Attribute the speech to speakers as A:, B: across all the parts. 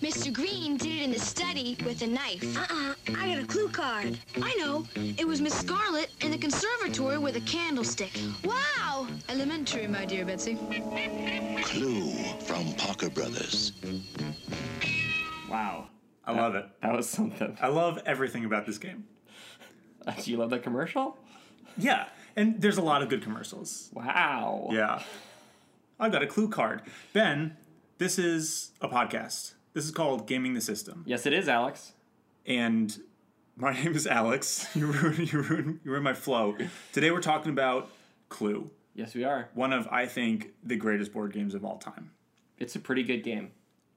A: Mr. Green did it in the study with a knife.
B: Uh-uh, I got a clue card.
A: I know. It was Miss Scarlet in the conservatory with a candlestick. Wow! Elementary, my dear Betsy.
C: Clue from Parker Brothers.
D: Wow.
E: I love it.
D: That was something.
E: I love everything about this game.
D: Do you love that commercial?
E: Yeah, and there's a lot of good commercials.
D: Wow.
E: Yeah. I got a clue card. Ben, this is a podcast. This is called Gaming the System.
D: Yes, it is, Alex.
E: And my name is Alex. You ruined, you ruined, you ruined my flow. Today we're talking about Clue,
D: Yes, we are.
E: one of, I think, the greatest board games of all time.
D: It's a pretty good game.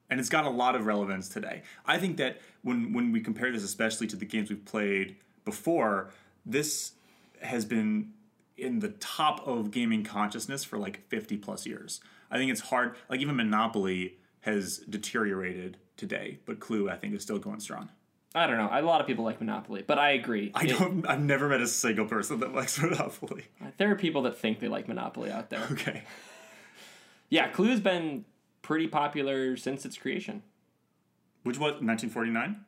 E: and it's got a lot of relevance today. I think that when when we compare this, especially to the games we've played before, this has been in the top of gaming consciousness for like 50 plus years. I think it's hard. Like even Monopoly has deteriorated today, but Clue I think is still going strong.
D: I don't know. A lot of people like Monopoly, but I agree.
E: I don't. I've never met a single person that likes Monopoly.
D: There are people that think they like Monopoly out there.
E: Okay.
D: Yeah, Clue's been pretty popular since its creation.
E: Which was 1949.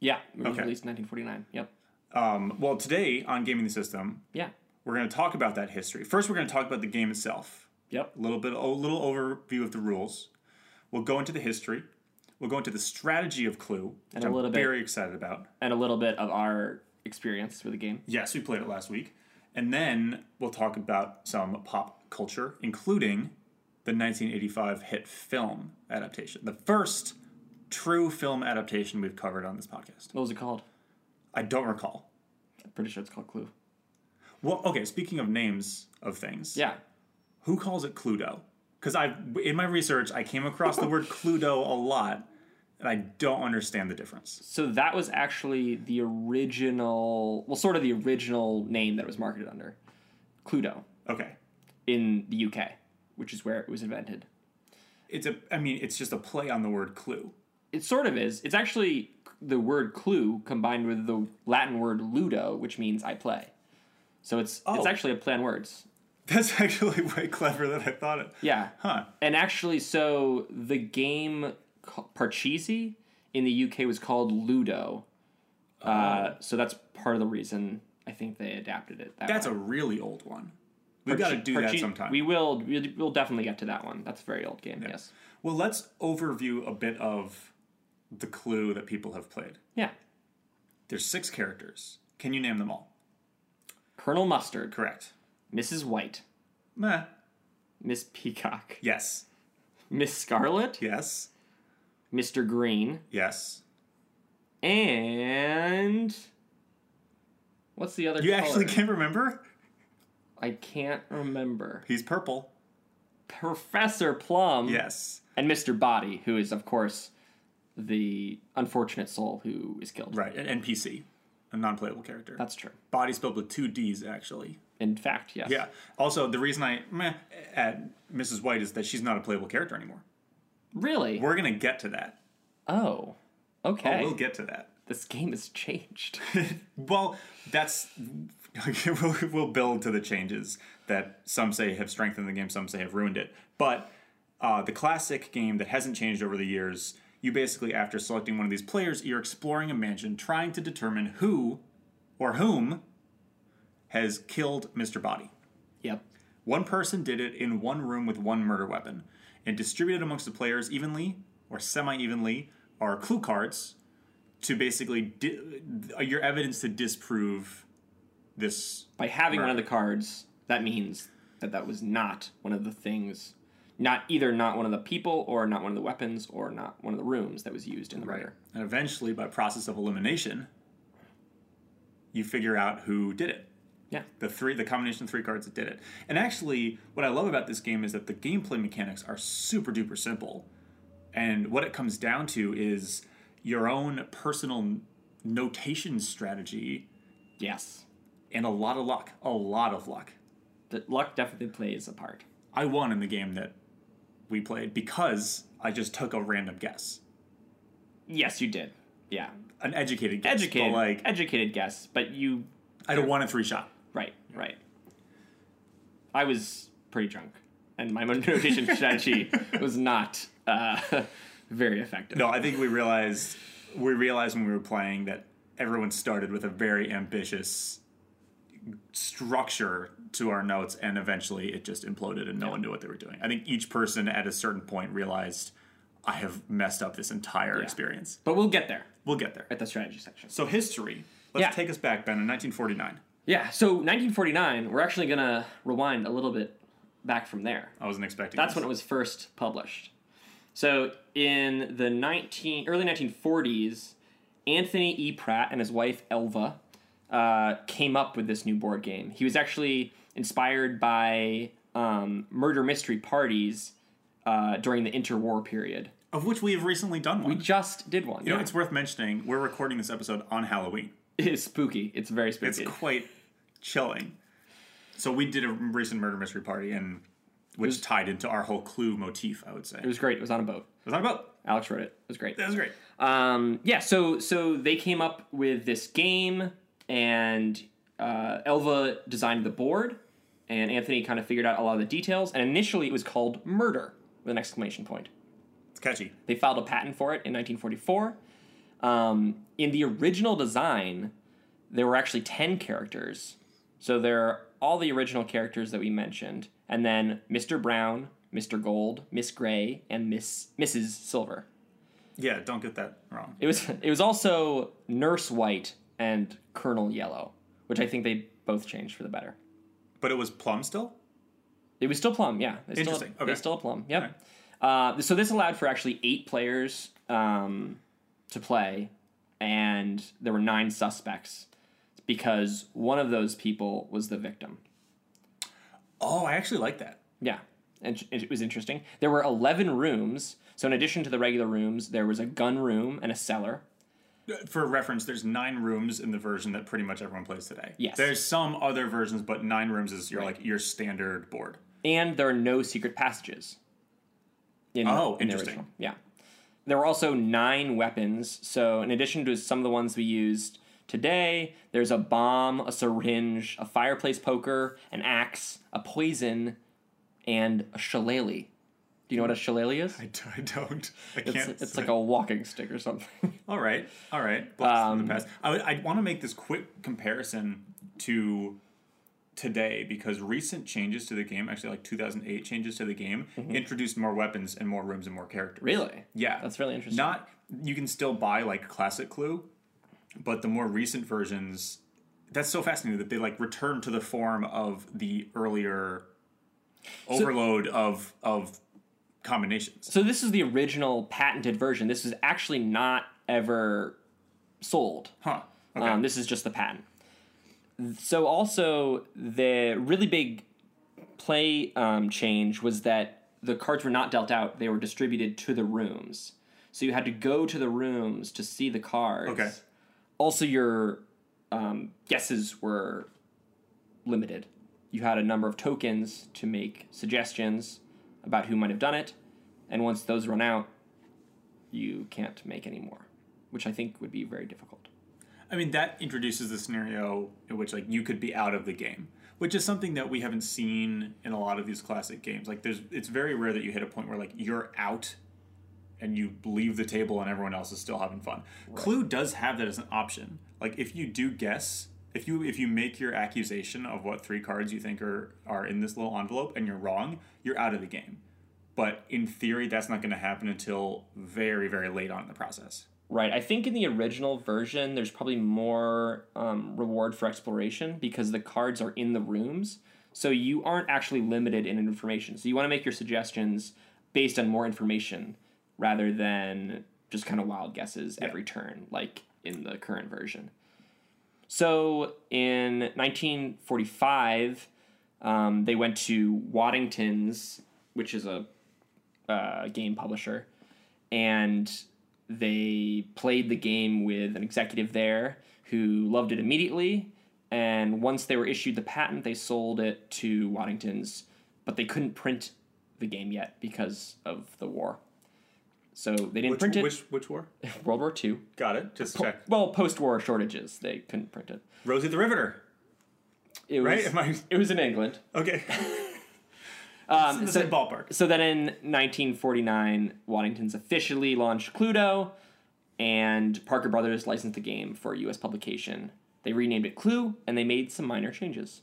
D: Yeah, it was
E: Okay.
D: released in 1949. Yep.
E: Um, Well, today on Gaming the System,
D: Yeah.
E: we're going to talk about that history. First, we're going to talk about the game itself.
D: Yep.
E: a little bit a little overview of the rules. We'll go into the history. We'll go into the strategy of Clue, which
D: a
E: I'm
D: little bit-
E: very excited about.
D: And a little bit of our experience with the game.
E: Yes, we played it last week, and then we'll talk about some pop culture, including the 1985 hit film adaptation, the first true film adaptation we've covered on this podcast.
D: What was it called?
E: I don't recall.
D: I'm pretty sure it's called Clue.
E: Well, okay. Speaking of names of things,
D: Yeah.
E: who calls it Cluedo? Because I, in my research, I came across the word Cluedo a lot, and I don't understand the difference.
D: So that was actually the original, well, sort of the original name that it was marketed under Cluedo
E: Okay,
D: in the UK, which is where it was invented.
E: it's a, I mean, it's just a play on the word clue.
D: It sort of is. It's actually the word clue combined with the Latin word ludo, which means I play. So it's
E: Oh.
D: it's actually a play on words.
E: That's actually way clever than I thought it.
D: Yeah.
E: Huh.
D: And actually, so the game ca- Parcheesi in the UK was called Ludo.
E: Oh.
D: Uh, so that's part of the reason I think they adapted it. That
E: That's
D: way.
E: a really old one. We've got to do that
D: Parche-
E: sometime.
D: We will. We'll we'll definitely get to that one. That's a very old game. Yes.
E: well, let's overview a bit of the clue that people have played.
D: Yeah.
E: There's six characters. Can you name them all?
D: Colonel Mustard,
E: Correct.
D: Mrs. White,
E: Meh.
D: Miss Peacock,
E: Yes.
D: Miss Scarlet,
E: Yes.
D: Mr. Green,
E: Yes.
D: and what's the other?
E: You
D: color?
E: actually can't remember?
D: I can't remember.
E: He's purple.
D: Professor Plum.
E: Yes.
D: and Mr. Body, who is of course the unfortunate soul who is killed.
E: Right. An NPC, a non-playable character.
D: That's true.
E: body spelled with two D's actually.
D: In fact, yes.
E: Yeah. Also, the reason I meh, at Mrs. White is that she's not a playable character anymore.
D: Really?
E: We're gonna get to that.
D: oh.
E: Oh,
D: Okay.
E: we'll get to that.
D: this game has changed.
E: Well, that's we'll, we'll build to the changes that some say have strengthened the game, some say have ruined it. But uh, the classic game that hasn't changed over the years, you basically after selecting one of these players, you're exploring a mansion, trying to determine who or whom has killed Mr. Body.
D: yep.
E: One person did it in one room with one murder weapon, and distributed amongst the players evenly or semi evenly are clue cards to basically di- uh, your evidence to disprove this.
D: By having one of the cards, that means that that was not one of the things, not either not one of the people or not one of the weapons or not one of the rooms that was used in the murder.
E: And eventually, by process of elimination, you figure out who did it.
D: Yeah.
E: The three, the combination of three cards that did it. And actually, what I love about this game is that the gameplay mechanics are super duper simple. And what it comes down to is your own personal notation strategy
D: Yes.
E: and a lot of luck. A lot of luck.
D: The luck definitely plays a part.
E: I won in the game that we played because I just took a random guess.
D: Yes, you did. Yeah.
E: An educated guess. but,
D: Educated
E: like,
D: educated guess, but you
E: I had a one in three shot.
D: Right, right. I was pretty drunk, and my notation strategy was not uh, Very effective.
E: No, I think we realized we realized when we were playing that everyone started with a very ambitious structure to our notes, and eventually it just imploded, and no one knew what they were doing. I think each person at a certain point realized I have messed up this entire experience.
D: But we'll get there
E: We'll get there.
D: at the strategy section.
E: So history. Let's
D: Yeah.
E: take us back, Ben, in 1949.
D: Yeah, so 1949, we're actually going to rewind a little bit back from there.
E: I wasn't expecting.
D: That's
E: this.
D: when it was first published. So in the 19 early 1940s, Anthony E. Pratt and his wife Elva uh, came up with this new board game. He was actually inspired by um, murder mystery parties uh, during the interwar period.
E: of which we have recently done one.
D: We just did one.
E: you know,
D: yeah.
E: it's worth mentioning. We're recording this episode on Halloween.
D: It is spooky. It's very spooky.
E: It's quite chilling. So we did a recent murder mystery party, and which tied into our whole clue motif. I would say
D: it was great. It was on a boat.
E: was that about?
D: Alex wrote it. It was great.
E: That was great.
D: um, yeah, so so they came up with this game, and uh, Elva designed the board, and Anthony kind of figured out a lot of the details. And initially, it was called Murder with an exclamation point.
E: It's catchy.
D: They filed a patent for it in 1944. Um, in the original design, there were actually 10 characters. So there are all the original characters that we mentioned, and then Mr. Brown, Mr. Gold, Miss Gray, and Miss Mrs. Silver.
E: Yeah, don't get that wrong.
D: It was it was also Nurse White and Colonel Yellow, which I think they both changed for the better.
E: But it was plum still.
D: It was still Plum, yeah. They still,
E: Interesting, okay.
D: They still Plum. Yep. Uh, so this allowed for actually eight players um, to play, and there were nine suspects because one of those people was the victim.
E: Oh, I actually like that.
D: Yeah, and it was interesting. There were eleven rooms. So in addition to the regular rooms, there was a gun room and a cellar.
E: For reference, there's nine rooms in the version that pretty much everyone plays today.
D: Yes.
E: There's some other versions, but nine rooms is your like your standard board.
D: and there are no secret passages. In,
E: Oh,
D: in the
E: interesting.
D: original. Yeah. There were also nine weapons. So, in addition to some of the ones we used today, there's a bomb, a syringe, a fireplace poker, an axe, a poison, and a shillelagh. Do you know what a shillelagh is?
E: I, d- I don't. I
D: It's,
E: can't.
D: it's
E: say.
D: like a walking stick or something.
E: All right, all right. Blast
D: Um,
E: from the past. I, would- I want to make this quick comparison to today because recent changes to the game, actually like 2008 changes to the game,
D: Mm-hmm.
E: introduced more weapons and more rooms and more characters.
D: really?
E: Yeah,
D: That's really interesting.
E: Not you can still buy like classic Clue, but the more recent versions. That's so fascinating that they like return to the form of the earlier overload of of combinations.
D: So this is the original patented version. This is actually not ever sold.
E: Huh. Okay.
D: Um, this is just the patent. So also the really big play um, change was that the cards were not dealt out; they were distributed to the rooms. So you had to go to the rooms to see the cards.
E: Okay.
D: Also, your um, guesses were limited. You had a number of tokens to make suggestions about who might have done it, and once those run out, you can't make any more, which I think would be very difficult.
E: I mean, that introduces the scenario in which like you could be out of the game, which is something that we haven't seen in a lot of these classic games. Like, there's it's very rare that you hit a point where like you're out and you leave the table and everyone else is still having fun. Clue does have that as an option. Like, if you do guess. If you if you make your accusation of what three cards you think are are in this little envelope and you're wrong, you're out of the game. But in theory, that's not going to happen until very very late on in the process.
D: Right. I think in the original version, there's probably more um, reward for exploration because the cards are in the rooms. So you aren't actually limited in information. So you want to make your suggestions based on more information rather than just kind of wild guesses every turn, like in the current version. So in 1945, um, they went to Waddington's, which is a uh, game publisher, and they played the game with an executive there who loved it immediately. And once they were issued the patent, they sold it to Waddington's, but they couldn't print the game yet because of the war. So they didn't
E: Which
D: print it.
E: which which war?
D: World War II.
E: Got it. Just check.
D: Well, post-war shortages, they couldn't print it.
E: Rosie the Riveter.
D: It was
E: Right? Am I-
D: it was in England.
E: Okay.
D: Um,
E: in the
D: so,
E: same ballpark.
D: So then in 1949, Waddington's officially launched Cluedo, and Parker Brothers licensed the game for U.S. publication. They renamed it Clue, and they made some minor changes.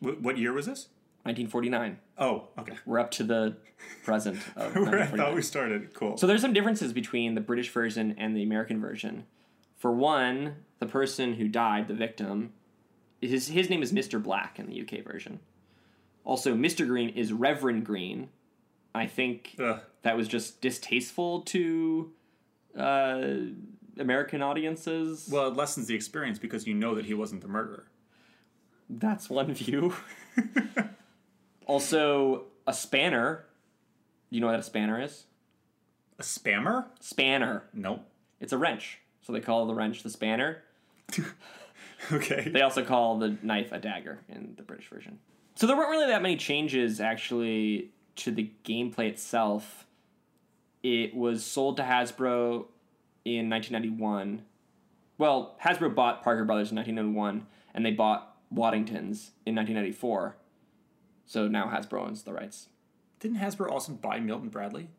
E: Wh- what year was this?
D: 1949.
E: Oh, okay.
D: We're up to the present of
E: Where I thought
D: 1949.
E: we started. Cool.
D: So there's some differences between the British version and the American version. For one, the person who died, the victim, his his name is Mr. Black in the UK version. Also, Mr. Green is Reverend Green. I think
E: Ugh.
D: that was just distasteful to uh, American audiences.
E: well, it lessens the experience because you know that he wasn't the murderer.
D: That's one view. also, a spanner. You know what a spanner is?
E: A spammer?
D: Spanner.
E: Nope.
D: It's a wrench. So they call the wrench the spanner.
E: Okay.
D: They also call the knife a dagger in the British version. So there weren't really that many changes actually to the gameplay itself. It was sold to Hasbro in 1991. Well, Hasbro bought Parker Brothers in 1991 and they bought Waddington's in 1994. So now Hasbro owns the rights.
E: Didn't Hasbro also buy Milton Bradley?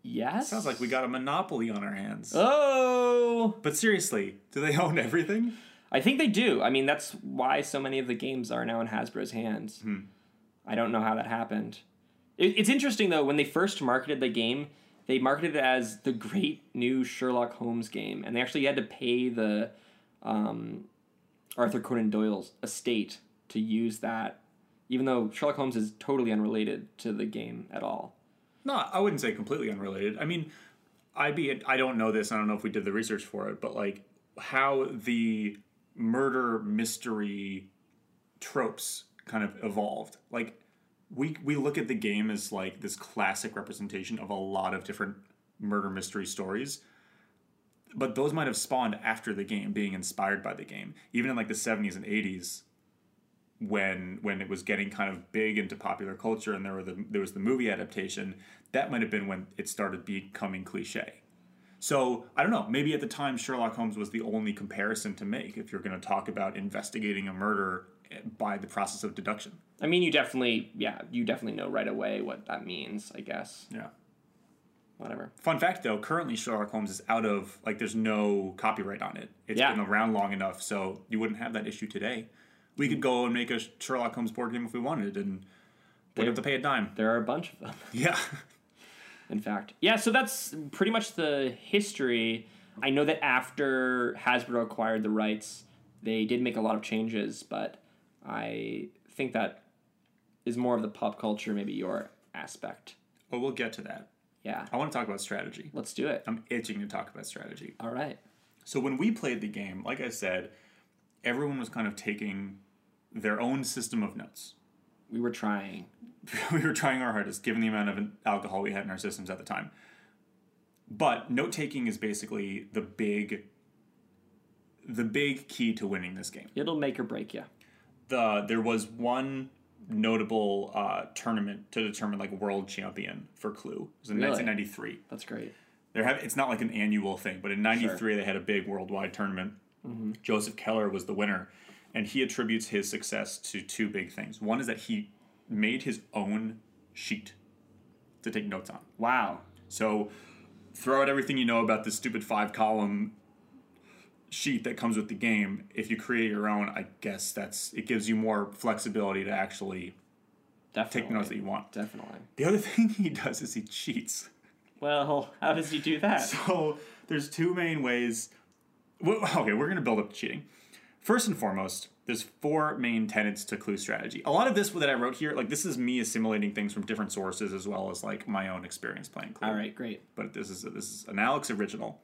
D: Yes.
E: Sounds like we got a monopoly on our hands.
D: Oh,
E: But seriously, do they own everything?
D: I think they do. I mean, that's why so many of the games are now in Hasbro's hands. I don't know how that happened. It, it's interesting though. When they first marketed the game, they marketed it as the great new Sherlock Holmes game, and they actually had to pay the um, Arthur Conan Doyle's estate to use that, even though Sherlock Holmes is totally unrelated to the game at all.
E: No, I wouldn't say completely unrelated. I mean, I be I don't know this. I don't know if we did the research for it, but like how the murder mystery tropes kind of evolved. Like we we look at the game as like this classic representation of a lot of different murder mystery stories. But those might have spawned after the game, being inspired by the game. Even in like the 70s and 80s, when when it was getting kind of big into popular culture and there were the there was the movie adaptation that might have been when it started becoming cliche so i don't know maybe at the time sherlock holmes was the only comparison to make if you're going to talk about investigating a murder eh, by the process of deduction
D: I mean, you definitely, yeah, you definitely know right away what that means. I guess
E: yeah
D: whatever.
E: fun fact though currently sherlock holmes is out of like there's no copyright on it It's
D: Yeah.
E: been around long enough so you wouldn't have that issue today we could go and make a sherlock holmes board game if we wanted and we'd have to pay a dime
D: There are a bunch of them.
E: yeah
D: in fact. Yeah, so that's pretty much the history. I know that after Hasbro acquired the rights, they did make a lot of changes, but I think that is more of the pop culture, maybe your aspect.
E: well we'll get to that
D: Yeah,
E: I want to talk about strategy.
D: let's do it.
E: I'm itching to talk about strategy.
D: All right.
E: So when we played the game, like I said, everyone was kind of taking their own system of notes.
D: We were trying.
E: we were trying our hardest, given the amount of alcohol we had in our systems at the time. But note taking is basically the big, the big key to winning this game.
D: It'll make or break you.
E: the there was one notable uh, tournament to determine like world champion for Clue. It was in
D: Really?
E: 1993.
D: That's great.
E: There have it's not like an annual thing, but in '93 they had a big worldwide tournament. Joseph Keller was the winner, and he attributes his success to two big things. One is that he made his own sheet to take notes on.
D: Wow.
E: So throw out everything you know about this stupid five column sheet that comes with the game. If you create your own, I guess that's it gives you more flexibility to actually
D: Definitely.
E: take the notes that you want.
D: Definitely.
E: The other thing he does is he cheats.
D: Well, how does he do that?
E: So there's two main ways. Well, okay, we're going to build up to cheating. First and foremost, there's four main tenets to clue strategy. A lot of this that I wrote here, like this is me assimilating things from different sources as well as like my own experience playing clue.
D: All right, great.
E: But this is this is an Alex original.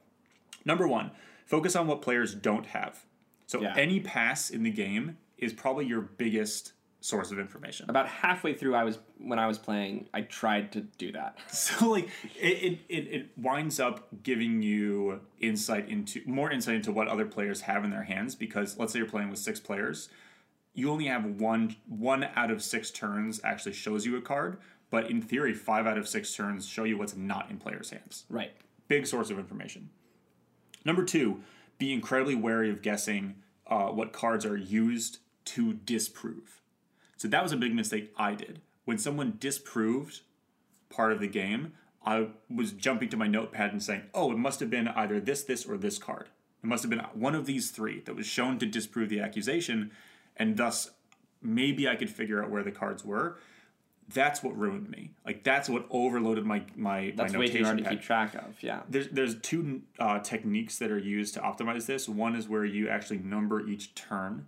E: Number 1, focus on what players don't have. So
D: Yeah.
E: any pass in the game is probably your biggest source of information.
D: About halfway through, I was when I was playing, I tried to do that.
E: so like it, it, it, it winds up giving you insight into more insight into what other players have in their hands because let's say you're playing with six players you only have one one out of six turns actually shows you a card but in theory five out of six turns show you what's not in players hands
D: Right.
E: big source of information number two be incredibly wary of guessing uh, what cards are used to disprove So that was a big mistake I did. When someone disproved part of the game, I was jumping to my notepad and saying, oh, it must have been either this, this, or this card. It must have been one of these three that was shown to disprove the accusation, and thus maybe I could figure out where the cards were. That's what ruined me. Like that's what overloaded my my
D: That's
E: my
D: way too
E: notation
D: hard to
E: pad
D: keep track of. Yeah.
E: there's there's two uh, techniques that are used to optimize this. One is where you actually number each turn,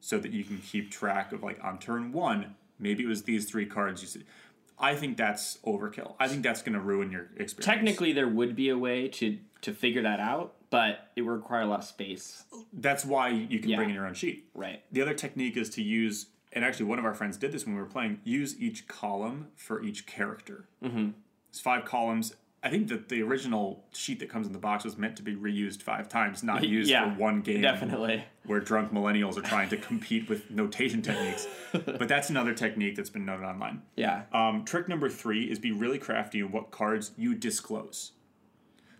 E: so that you can keep track of like on turn one, maybe it was these three cards you see. I think that's overkill. I think that's going to ruin your experience.
D: Technically, there would be a way to to figure that out, but it would require a lot of space.
E: that's why you can
D: Yeah.
E: bring in your own sheet.
D: Right.
E: The other technique is to use, and actually, one of our friends did this when we were playing. Use each column for each character. Mm-hmm. It's five columns. I think that the original sheet that comes in the box was meant to be reused five times, not used
D: yeah,
E: for one game.
D: Definitely.
E: where drunk millennials are trying to compete with notation techniques. But that's another technique that's been noted online.
D: Yeah.
E: Um, trick number three is be really crafty in what cards you disclose.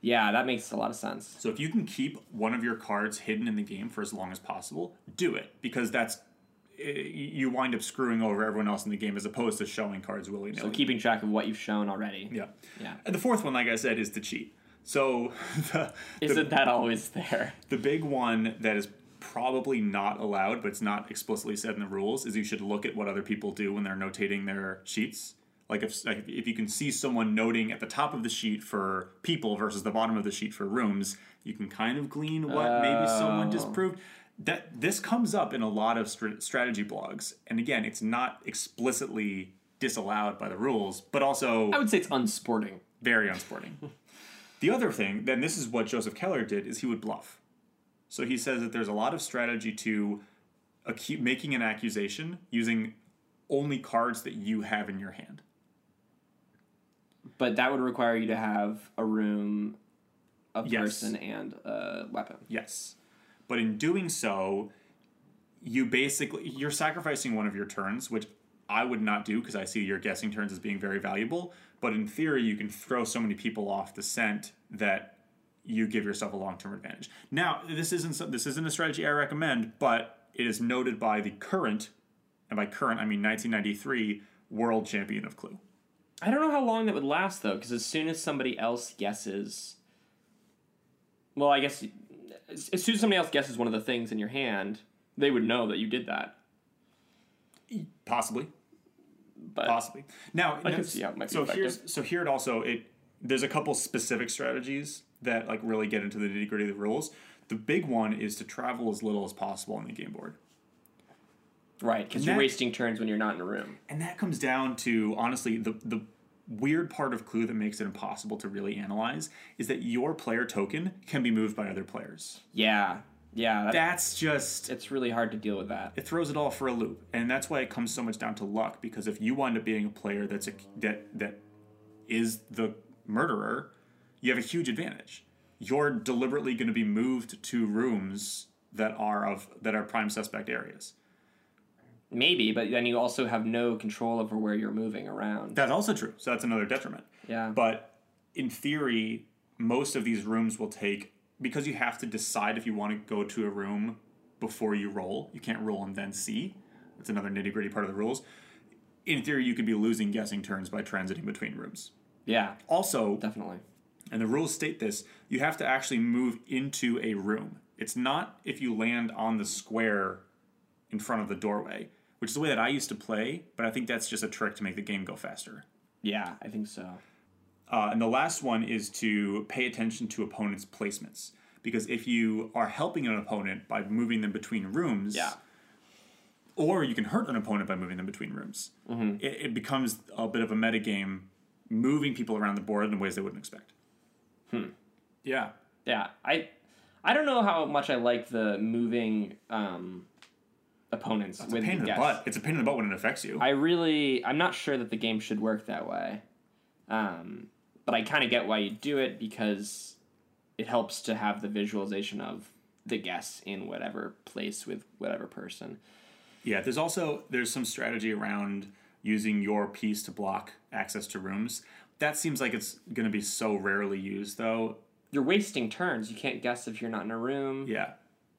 D: Yeah, that makes a lot of sense.
E: So if you can keep one of your cards hidden in the game for as long as possible, do it because that's eh, you wind up screwing over everyone else in the game as opposed to showing cards willy nilly.
D: So keeping track of what you've shown already.
E: yeah.
D: Yeah.
E: And the fourth one, like I said, is to cheat. So the, the-
D: Isn't that always there?
E: The big one that is probably not allowed, but it's not explicitly said in the rules, is you should look at what other people do when they're notating their sheets. Like if like if you can see someone noting at the top of the sheet for people versus the bottom of the sheet for rooms, you can kind of glean what maybe someone disproved. That this comes up in a lot of str- strategy blogs, and again, it's not explicitly disallowed by the rules, but also
D: I would say it's unsporting.
E: very unsporting. the other thing, then this is what Joseph Keller did, is he would bluff. So he says that there's a lot of strategy to acu- making an accusation using only cards that you have in your hand.
D: But that would require you to have a room, a
E: Yes.
D: person, and a weapon.
E: Yes. But in doing so, you basically you're sacrificing one of your turns, which I would not do because I see your guessing turns as being very valuable, but in theory you can throw so many people off the scent that you give yourself a long-term advantage. Now, this isn't some, this isn't a strategy I recommend, but it is noted by the current and by current I mean 1993 world champion of clue.
D: I don't know how long that would last though, because as soon as somebody else guesses, well, I guess as as soon as somebody else guesses one of the things in your hand, they would know that you did that.
E: Possibly.
D: But
E: possibly. Now,
D: I
E: now,
D: can see how it might be
E: so
D: effective.
E: here's so here it also it there's a couple specific strategies that like really get into the nitty gritty of the rules. The big one is to travel as little as possible on the game board,
D: right, because
E: And
D: you're
E: that-
D: wasting turns when you're not in a room.
E: and that comes down to honestly the the weird part of Clue that makes it impossible to really analyze is that your player token can be moved by other players.
D: Yeah, yeah, that,
E: That's just
D: it's really hard to deal with that.
E: it throws it all for a loop and that's why it comes so much down to luck because if you wind up being a player that's a that that is the murderer you have a huge advantage you're deliberately going to be moved to rooms that are of that are prime suspect areas
D: Maybe, but then you also have no control over where you're moving around.
E: that's also true so that's another detriment
D: Yeah.
E: but in theory most of these rooms will take because you have to decide if you want to go to a room before you roll you can't roll and then see that's another nitty gritty part of the rules in theory you could be losing guessing turns by transiting between rooms
D: yeah,
E: also
D: definitely.
E: and the rules state this you have to actually move into a room it's not if you land on the square in front of the doorway which is the way that i used to play but i think that's just a trick to make the game go faster
D: Yeah, I think so.
E: Uh, and the last one is to pay attention to opponents' placements. Because if you are helping an opponent by moving them between rooms,
D: Yeah.
E: or you can hurt an opponent by moving them between rooms,
D: Mm-hmm.
E: it, it becomes a bit of a metagame moving people around the board in ways they wouldn't expect. Hmm. Yeah.
D: yeah i i don't know how much i like the moving um opponents
E: It's
D: with
E: a pain in the
D: guess.
E: butt. It's a pain in the butt when it affects you.
D: i really i'm not sure that the game should work that way um but i kind of get why you do it because it helps to have the visualization of the guess in whatever place with whatever person
E: Yeah, there's also there's some strategy around using your piece to block access to rooms. That seems like it's going to be so rarely used though.
D: you're wasting turns you can't guess if you're not in a room
E: Yeah.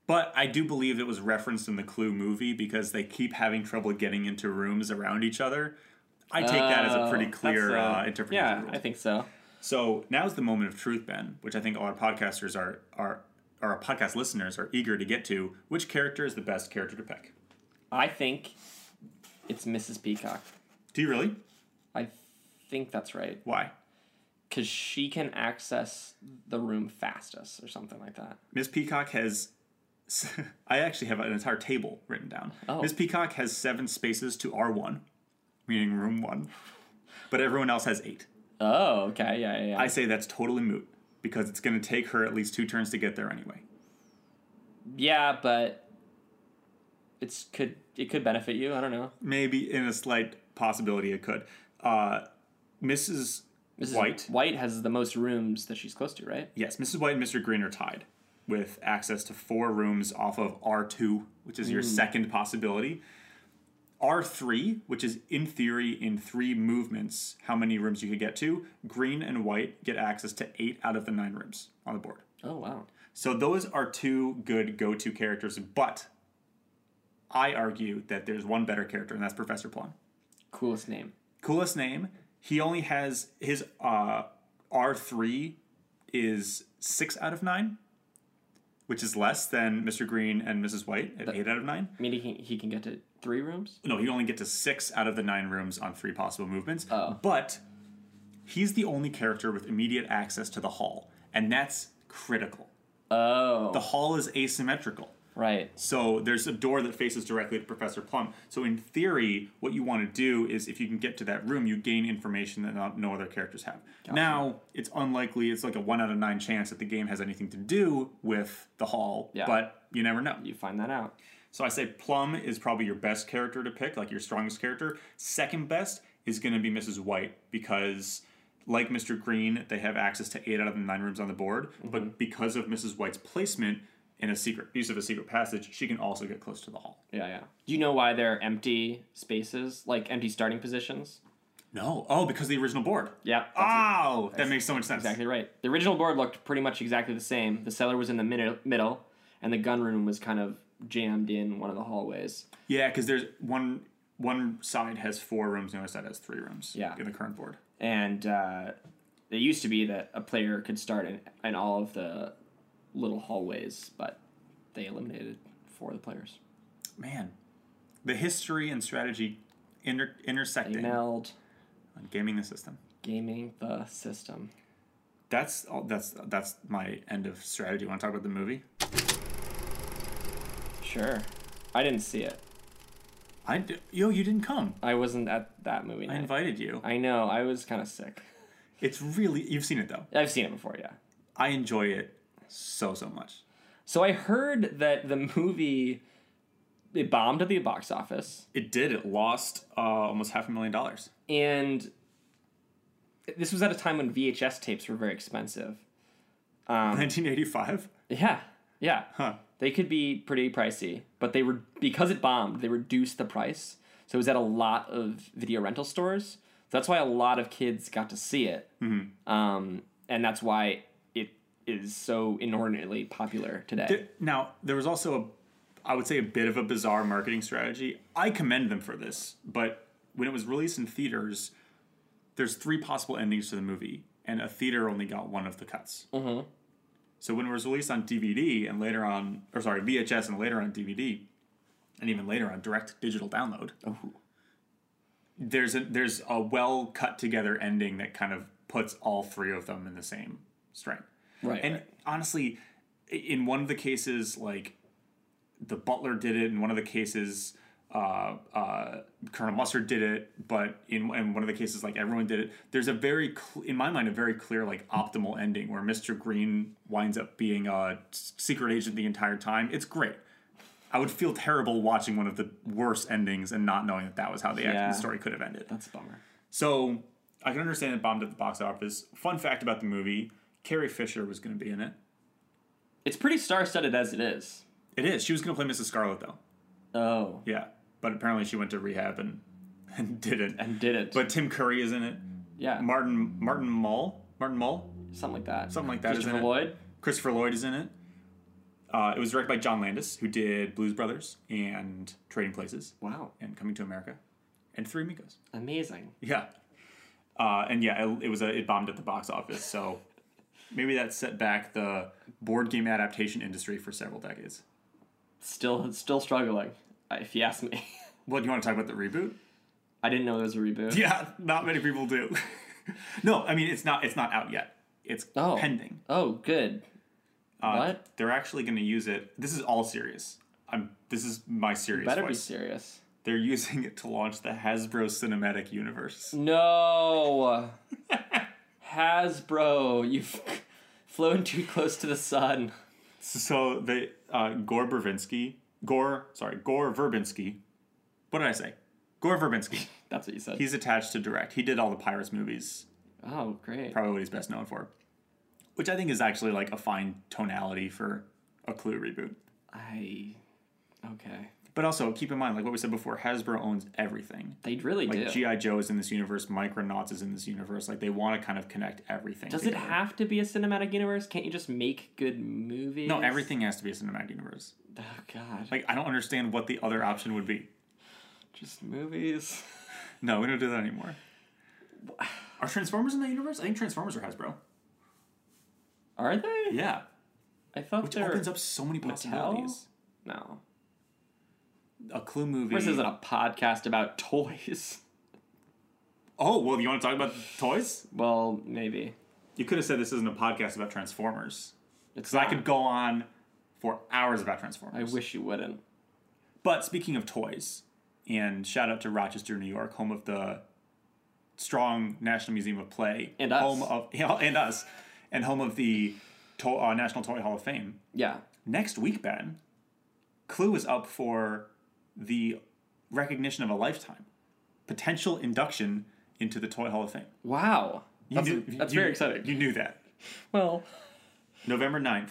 E: But I do believe it was referenced in the Clue movie because they keep having trouble getting into rooms around each other. I take that as a pretty
D: Oh, that's,
E: clear
D: uh,
E: uh, interpretation.
D: Yeah,
E: of the
D: I
E: rules.
D: think so.
E: So now is the moment of truth, Ben, which I think a lot of podcasters are are or our podcast listeners are eager to get to. Which character is the best character to pick?
D: I think it's Mrs. Peacock.
E: Do you really?
D: I think that's right
E: Why?
D: because she can access the room fastest or something like that.
E: Miss Peacock has. I actually have an entire table written down.
D: Oh.
E: Miss Peacock has seven spaces to R one, meaning room one, but everyone else has eight.
D: Oh, okay, yeah, yeah. yeah.
E: I say that's totally moot because it's going to take her at least two turns to get there anyway.
D: yeah, but it's could it could benefit you. I don't know.
E: Maybe in a slight possibility it could. Uh, Mrs.
D: Mrs.
E: White.
D: White has the most rooms that she's close to, right?
E: Yes, Mrs. White and Mr. Green are tied with access to four rooms off of R2, which is your second possibility. R3, which is in theory in three movements, how many rooms you could get to. Green and White get access to eight out of the nine rooms on the board.
D: Oh wow.
E: So those are two good go to characters, but I argue that there's one better character, and that's Professor Plum
D: Coolest name.
E: coolest name. He only has his uh, R three is six out of nine, which is less than Mr. Green and Mrs. White at eight out of nine.
D: Meaning he, he can get to three rooms.
E: No, he only get to six out of the nine rooms on three possible movements.
D: Oh.
E: But he's the only character with immediate access to the hall, and that's critical.
D: Oh,
E: The hall is asymmetrical.
D: right.
E: So there's a door that faces directly to Professor Plum. So in theory, what you want to do is if you can get to that room, you gain information that not, no other characters have. Now it's unlikely; it's like a one out of nine chance that the game has anything to do with the hall.
D: Yeah.
E: But you never know.
D: You find that out.
E: So I say Plum is probably your best character to pick, like your strongest character. Second best is going to be Mrs. White because, like Mr. Green, they have access to eight out of the nine rooms on the board. But because of Mrs. White's placement in a secret use of a secret passage, she can also get close to the hall.
D: Yeah, yeah. Do you know why there are empty spaces, like empty starting positions?
E: No, oh, because of the original board.
D: Yeah. that's
E: Oh, that makes so much sense.
D: exactly right. The original board looked pretty much exactly the same. The cellar was in the middle, middle and the gun room was kind of jammed in one of the hallways.
E: Yeah, because there's one one side has four rooms, the other side has three rooms.
D: Yeah.
E: in the current board.
D: And uh, it used to be that a player could start in, in all of the little hallways, but they eliminated four of the players.
E: Man, the history and strategy inter-
D: They
E: intersecting
D: meld
E: on gaming the system.
D: gaming the system.
E: That's all, that's that's my end of strategy. Want to talk about the movie?
D: Sure. I didn't see it.
E: I d- yo, you didn't come.
D: I wasn't at that movie
E: I
D: night.
E: invited you.
D: I know. I was kind of sick.
E: It's really you've seen it though.
D: I've seen it before, yeah.
E: I enjoy it so so much.
D: So I heard that the movie it bombed at the box office,
E: It did. It lost uh, almost half a million dollars.
D: and this was at a time when VHS tapes were very expensive.
E: 1985.
D: Yeah, yeah,
E: Huh.
D: they could be pretty pricey, but they were because it bombed. They reduced the price, so it was at a lot of video rental stores. That's why a lot of kids got to see it,
E: Mm-hmm.
D: um, and that's why it is so inordinately popular today.
E: There- now there was also a, I would say a bit of a bizarre marketing strategy. I commend them for this, but when it was released in theaters, there's three possible endings to the movie, and a theater only got one of the cuts. Mm-hmm. So when it was released on DVD and later on, or sorry, VHS and later on DVD, and even later on direct digital download,
D: Oh,
E: there's a there's a well cut together ending that kind of puts all three of them in the same string.
D: Right,
E: And
D: right.
E: honestly, i- in one of the cases, like the butler did it. In one of the cases, uh, uh, Colonel Mustard did it. But in, in one of the cases, like everyone did it. There's a very, cl- in my mind, a very clear like optimal ending where Mr. Green winds up being a s- secret agent the entire time. It's great. I would feel terrible watching one of the worst endings and not knowing that that was how the, act-
D: Yeah.
E: the story could have ended.
D: That's a bummer.
E: So I can understand it bombed at the box office. Fun fact about the movie: Carrie Fisher was going to be in it.
D: It's pretty star-studded as it is.
E: It is. She was going to play Mrs. Scarlet though.
D: Oh,
E: Yeah, but apparently she went to rehab and and didn't.
D: and didn't.
E: But Tim Curry is in it.
D: yeah,
E: Martin Martin Mull Martin Mull
D: something like that.
E: something like that is in
D: Christopher
E: it.
D: Lloyd.
E: Christopher Lloyd is in it. Uh, it was directed by John Landis, who did Blues Brothers and Trading Places
D: Wow.
E: and Coming to America and Three Amigos.
D: Amazing.
E: Yeah. Uh, and yeah, it, it was a, it bombed at the box office, so maybe that set back the board game adaptation industry for several decades.
D: Still, still struggling. uh, If you ask me,
E: Well, do you want to talk about the reboot?
D: I didn't know there was a reboot.
E: Yeah, not many people do. no, I mean it's not it's not out yet. It's
D: Oh.
E: pending.
D: Oh, good.
E: Uh,
D: what?
E: They're actually going to use it. This is all serious. I'm. This is my serious
D: Better be
E: voice.
D: serious.
E: they're using it to launch the Hasbro Cinematic Universe.
D: No. Hasbro, you've flown too close to the sun.
E: So they uh, Gore Verbinski, Gore, sorry, Gore Verbinski. What did I say? Gore Verbinski.
D: That's what you said.
E: He's attached to direct. He did all the Pirates movies,
D: oh, great.
E: probably what he's best known for, which I think is actually like a fine tonality for a Clue reboot.
D: I. Okay.
E: But also keep in mind, like what we said before, Hasbro owns everything.
D: They really do.
E: Like GI Joe is in this universe, Micronauts is in this universe. Like they want to kind of connect everything.
D: Does it
E: together.
D: have to be a cinematic universe? Can't you just make good movies?
E: No, everything has to be a cinematic universe.
D: Oh God.
E: Like I don't understand what the other option would be.
D: just movies.
E: No, we don't do that anymore. Are Transformers in that universe? I think Transformers are Hasbro.
D: Are they?
E: Yeah,
D: I thought
E: which
D: they were-
E: opens up so many possibilities.
D: No.
E: A Clue movie.
D: This isn't a podcast about toys.
E: Oh well, you want to talk about toys?
D: Well, maybe.
E: You could have said this isn't a podcast about Transformers
D: It's
E: because I
D: not.
E: could go on for hours about
D: I
E: Transformers.
D: wish you wouldn't.
E: But speaking of toys, and shout out to Rochester, New York, home of the strong National Museum of Play,
D: And us.
E: home of yeah, and us, and home of the to- uh, National Toy Hall of Fame.
D: Yeah.
E: Next week, Ben, Clue is up for the recognition of a lifetime, potential induction into the Toy Hall of Fame.
D: Wow.
E: You
D: That's,
E: knew-
D: that's
E: you-
D: very exciting.
E: You knew that.
D: well,
E: November 9th,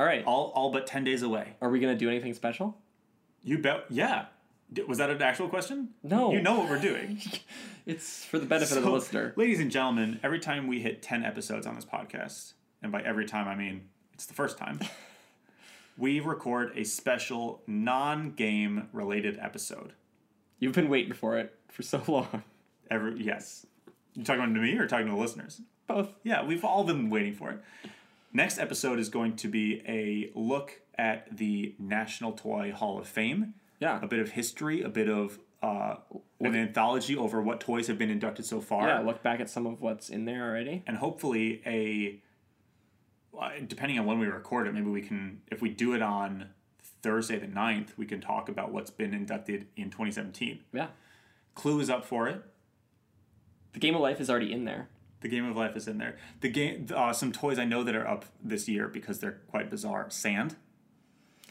D: all right.
E: all all but 10 days away.
D: Are we gonna do anything special?
E: You bet. Yeah. D- Was that an actual question?
D: No.
E: You know what we're doing.
D: It's for the benefit of the
E: So,
D: listener.
E: Ladies and gentlemen, every time we hit 10 episodes on this podcast, and by every time I mean it's the first time, we record a special non game related episode.
D: You've been waiting for it for so long.
E: Every Yes. You talking to me or talking to the listeners?
D: Both.
E: Yeah, we've all been waiting for it. Next episode is going to be a look at the National Toy Hall of Fame,
D: Yeah.
E: a bit of history, a bit of uh, an anthology over what toys have been inducted so far.
D: Yeah. Look back at some of what's in there already.
E: and hopefully a uh, depending on when we record it maybe we can if we do it on thursday the 9th we can talk about what's been inducted in 2017
D: Yeah.
E: clue is up for it
D: The game of life is already in there.
E: the game of life is in there the game uh, some toys i know that are up this year because they're quite bizarre sand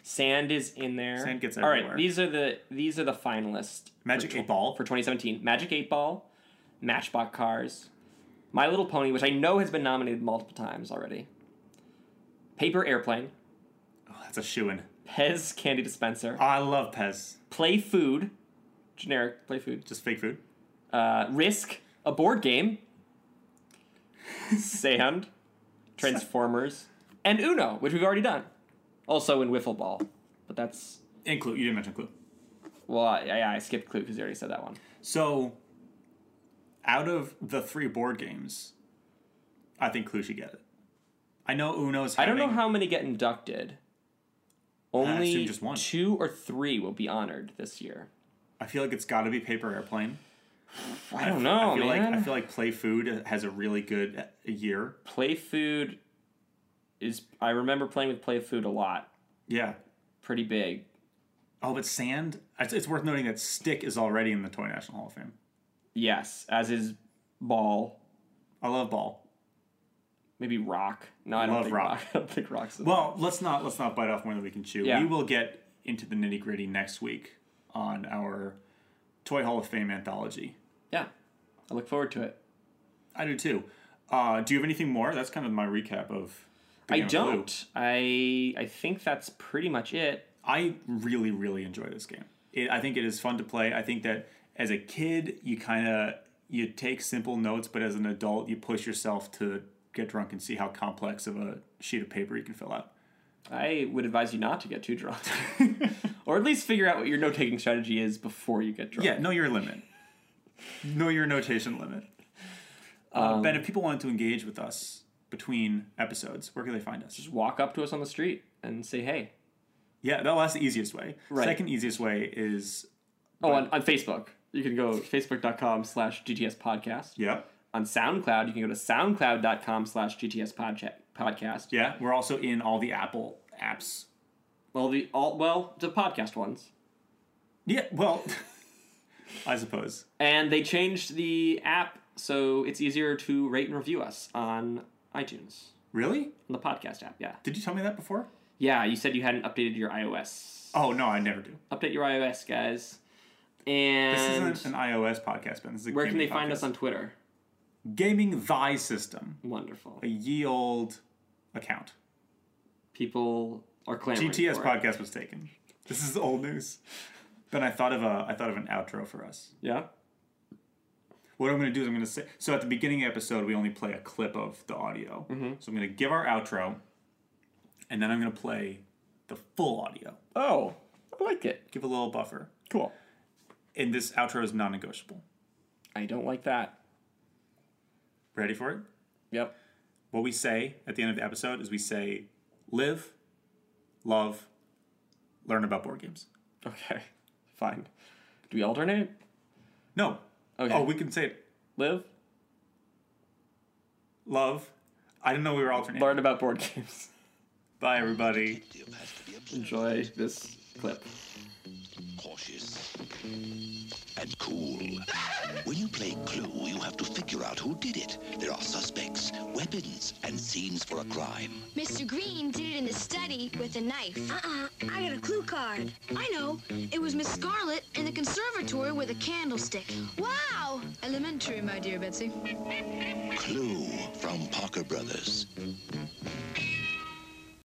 D: Sand is in there.
E: Sand gets
D: All
E: everywhere.
D: right, these are the these are the finalists.
E: magic
D: for tw-
E: eight ball
D: for 2017. Magic Eight Ball, Matchbox Cars, My Little Pony, which I know has been nominated multiple times already. Paper Airplane,
E: oh, that's a shoe in
D: Pez Candy Dispenser,
E: i love pez
D: Play Food, generic Play Food,
E: just fake food
D: uh, Risk, a board game, Sand, Transformers, and Uno, which we've already done. Also in Wiffle Ball, but that's
E: and clue you didn't mention clue
D: well, I, I, I skipped Clue because you already said that one.
E: so out of the three board games i think clue should get it i know uno's
D: I don't know
E: having-
D: how many get inducted.
E: assume
D: Only
E: just one.
D: two or three will be honored this year.
E: I feel like it's got to be Paper Airplane.
D: I don't know,
E: I feel
D: man.
E: like I feel like Play Food has a really good uh, year.
D: Play Food is. I remember playing with Play Food a lot.
E: Yeah.
D: Pretty big.
E: Oh, but Sand. It's, it's worth noting that Stick is already in the Toy National Hall of Fame.
D: Yes, as is Ball.
E: I love Ball.
D: Maybe Rock. No, I don't
E: Love
D: think
E: Rock.
D: Rock. I don't think Rock's. in
E: Well, let's not let's not bite off more than we can chew.
D: Yeah.
E: We will get into the nitty gritty next week on our Toy Hall of Fame anthology.
D: there. yeah, I look forward to it.
E: I do too. Uh, do you have anything more? That's kind of my recap of. the
D: I
E: game of Clue.
D: don't. I I think that's pretty much it.
E: I really, really enjoy this game. It, I think it is fun to play. I think that as a kid, you kind of you take simple notes, but as an adult, you push yourself to get drunk and see how complex of a sheet of paper you can fill out.
D: I would advise you not to get too drunk, or at least figure out what your note taking strategy is before you get drunk.
E: Yeah, know your limit. Know your notation limit. uh, ben, if people wanted to engage with us between episodes, where can they find us?
D: Just walk up to us on the street and say hey.
E: Yeah, well, that's the easiest way.
D: Right.
E: Second easiest way is
D: Oh, on, on Facebook. You can go facebook.com slash GTS podcast.
E: yeah,
D: On SoundCloud, you can go to soundcloud.com slash GTS podcha- podcast.
E: yeah. We're also in all the Apple apps.
D: Well, the all well the podcast ones,
E: Yeah, well, I suppose.
D: and they changed the app so it's easier to rate and review us on iTunes
E: Really?
D: on the podcast app. Yeah,
E: Did you tell me that before?
D: yeah. You said you hadn't updated your iOS.
E: Oh no, I never do.
D: Update your iOS, guys. And
E: This isn't an iOS podcast, Ben. This is a
D: where can they
E: gaming
D: find
E: podcast.
D: us on Twitter?
E: Gaming Thy System,
D: Wonderful.
E: a ye old account.
D: People are clamoring.
E: GTS
D: for it.
E: podcast was taken. This is old news. Ben, I thought of a I thought of an outro for us.
D: Yeah.
E: What I'm going to do is I'm going to say so at the beginning of the episode we only play a clip of the audio.
D: Mm-hmm.
E: So I'm going to give our outro, and then I'm going to play the full audio.
D: Oh, I like it.
E: Give a little buffer,
D: Cool.
E: and this outro is non-negotiable.
D: I don't like that.
E: Ready for it?
D: Yep.
E: What we say at the end of the episode is we say, live, love, learn about board games.
D: Okay. Fine. Do we alternate?
E: No.
D: Okay.
E: Oh, we can say it.
D: Live.
E: love. I didn't know we were alternating.
D: Learn about board games.
E: Bye, everybody.
C: Detective has to be observant,
D: Enjoy this clip.
C: cautious, and cool. When you play Clue, you have to figure out who did it. There are suspects, weapons, and scenes for a crime.
A: Mr. Green did it in the study with a knife.
B: Uh-uh, I got a clue card.
A: I know. It was Miss Scarlet in the conservatory with a candlestick. Wow! Elementary, my dear Betsy.
C: Clue from Parker Brothers.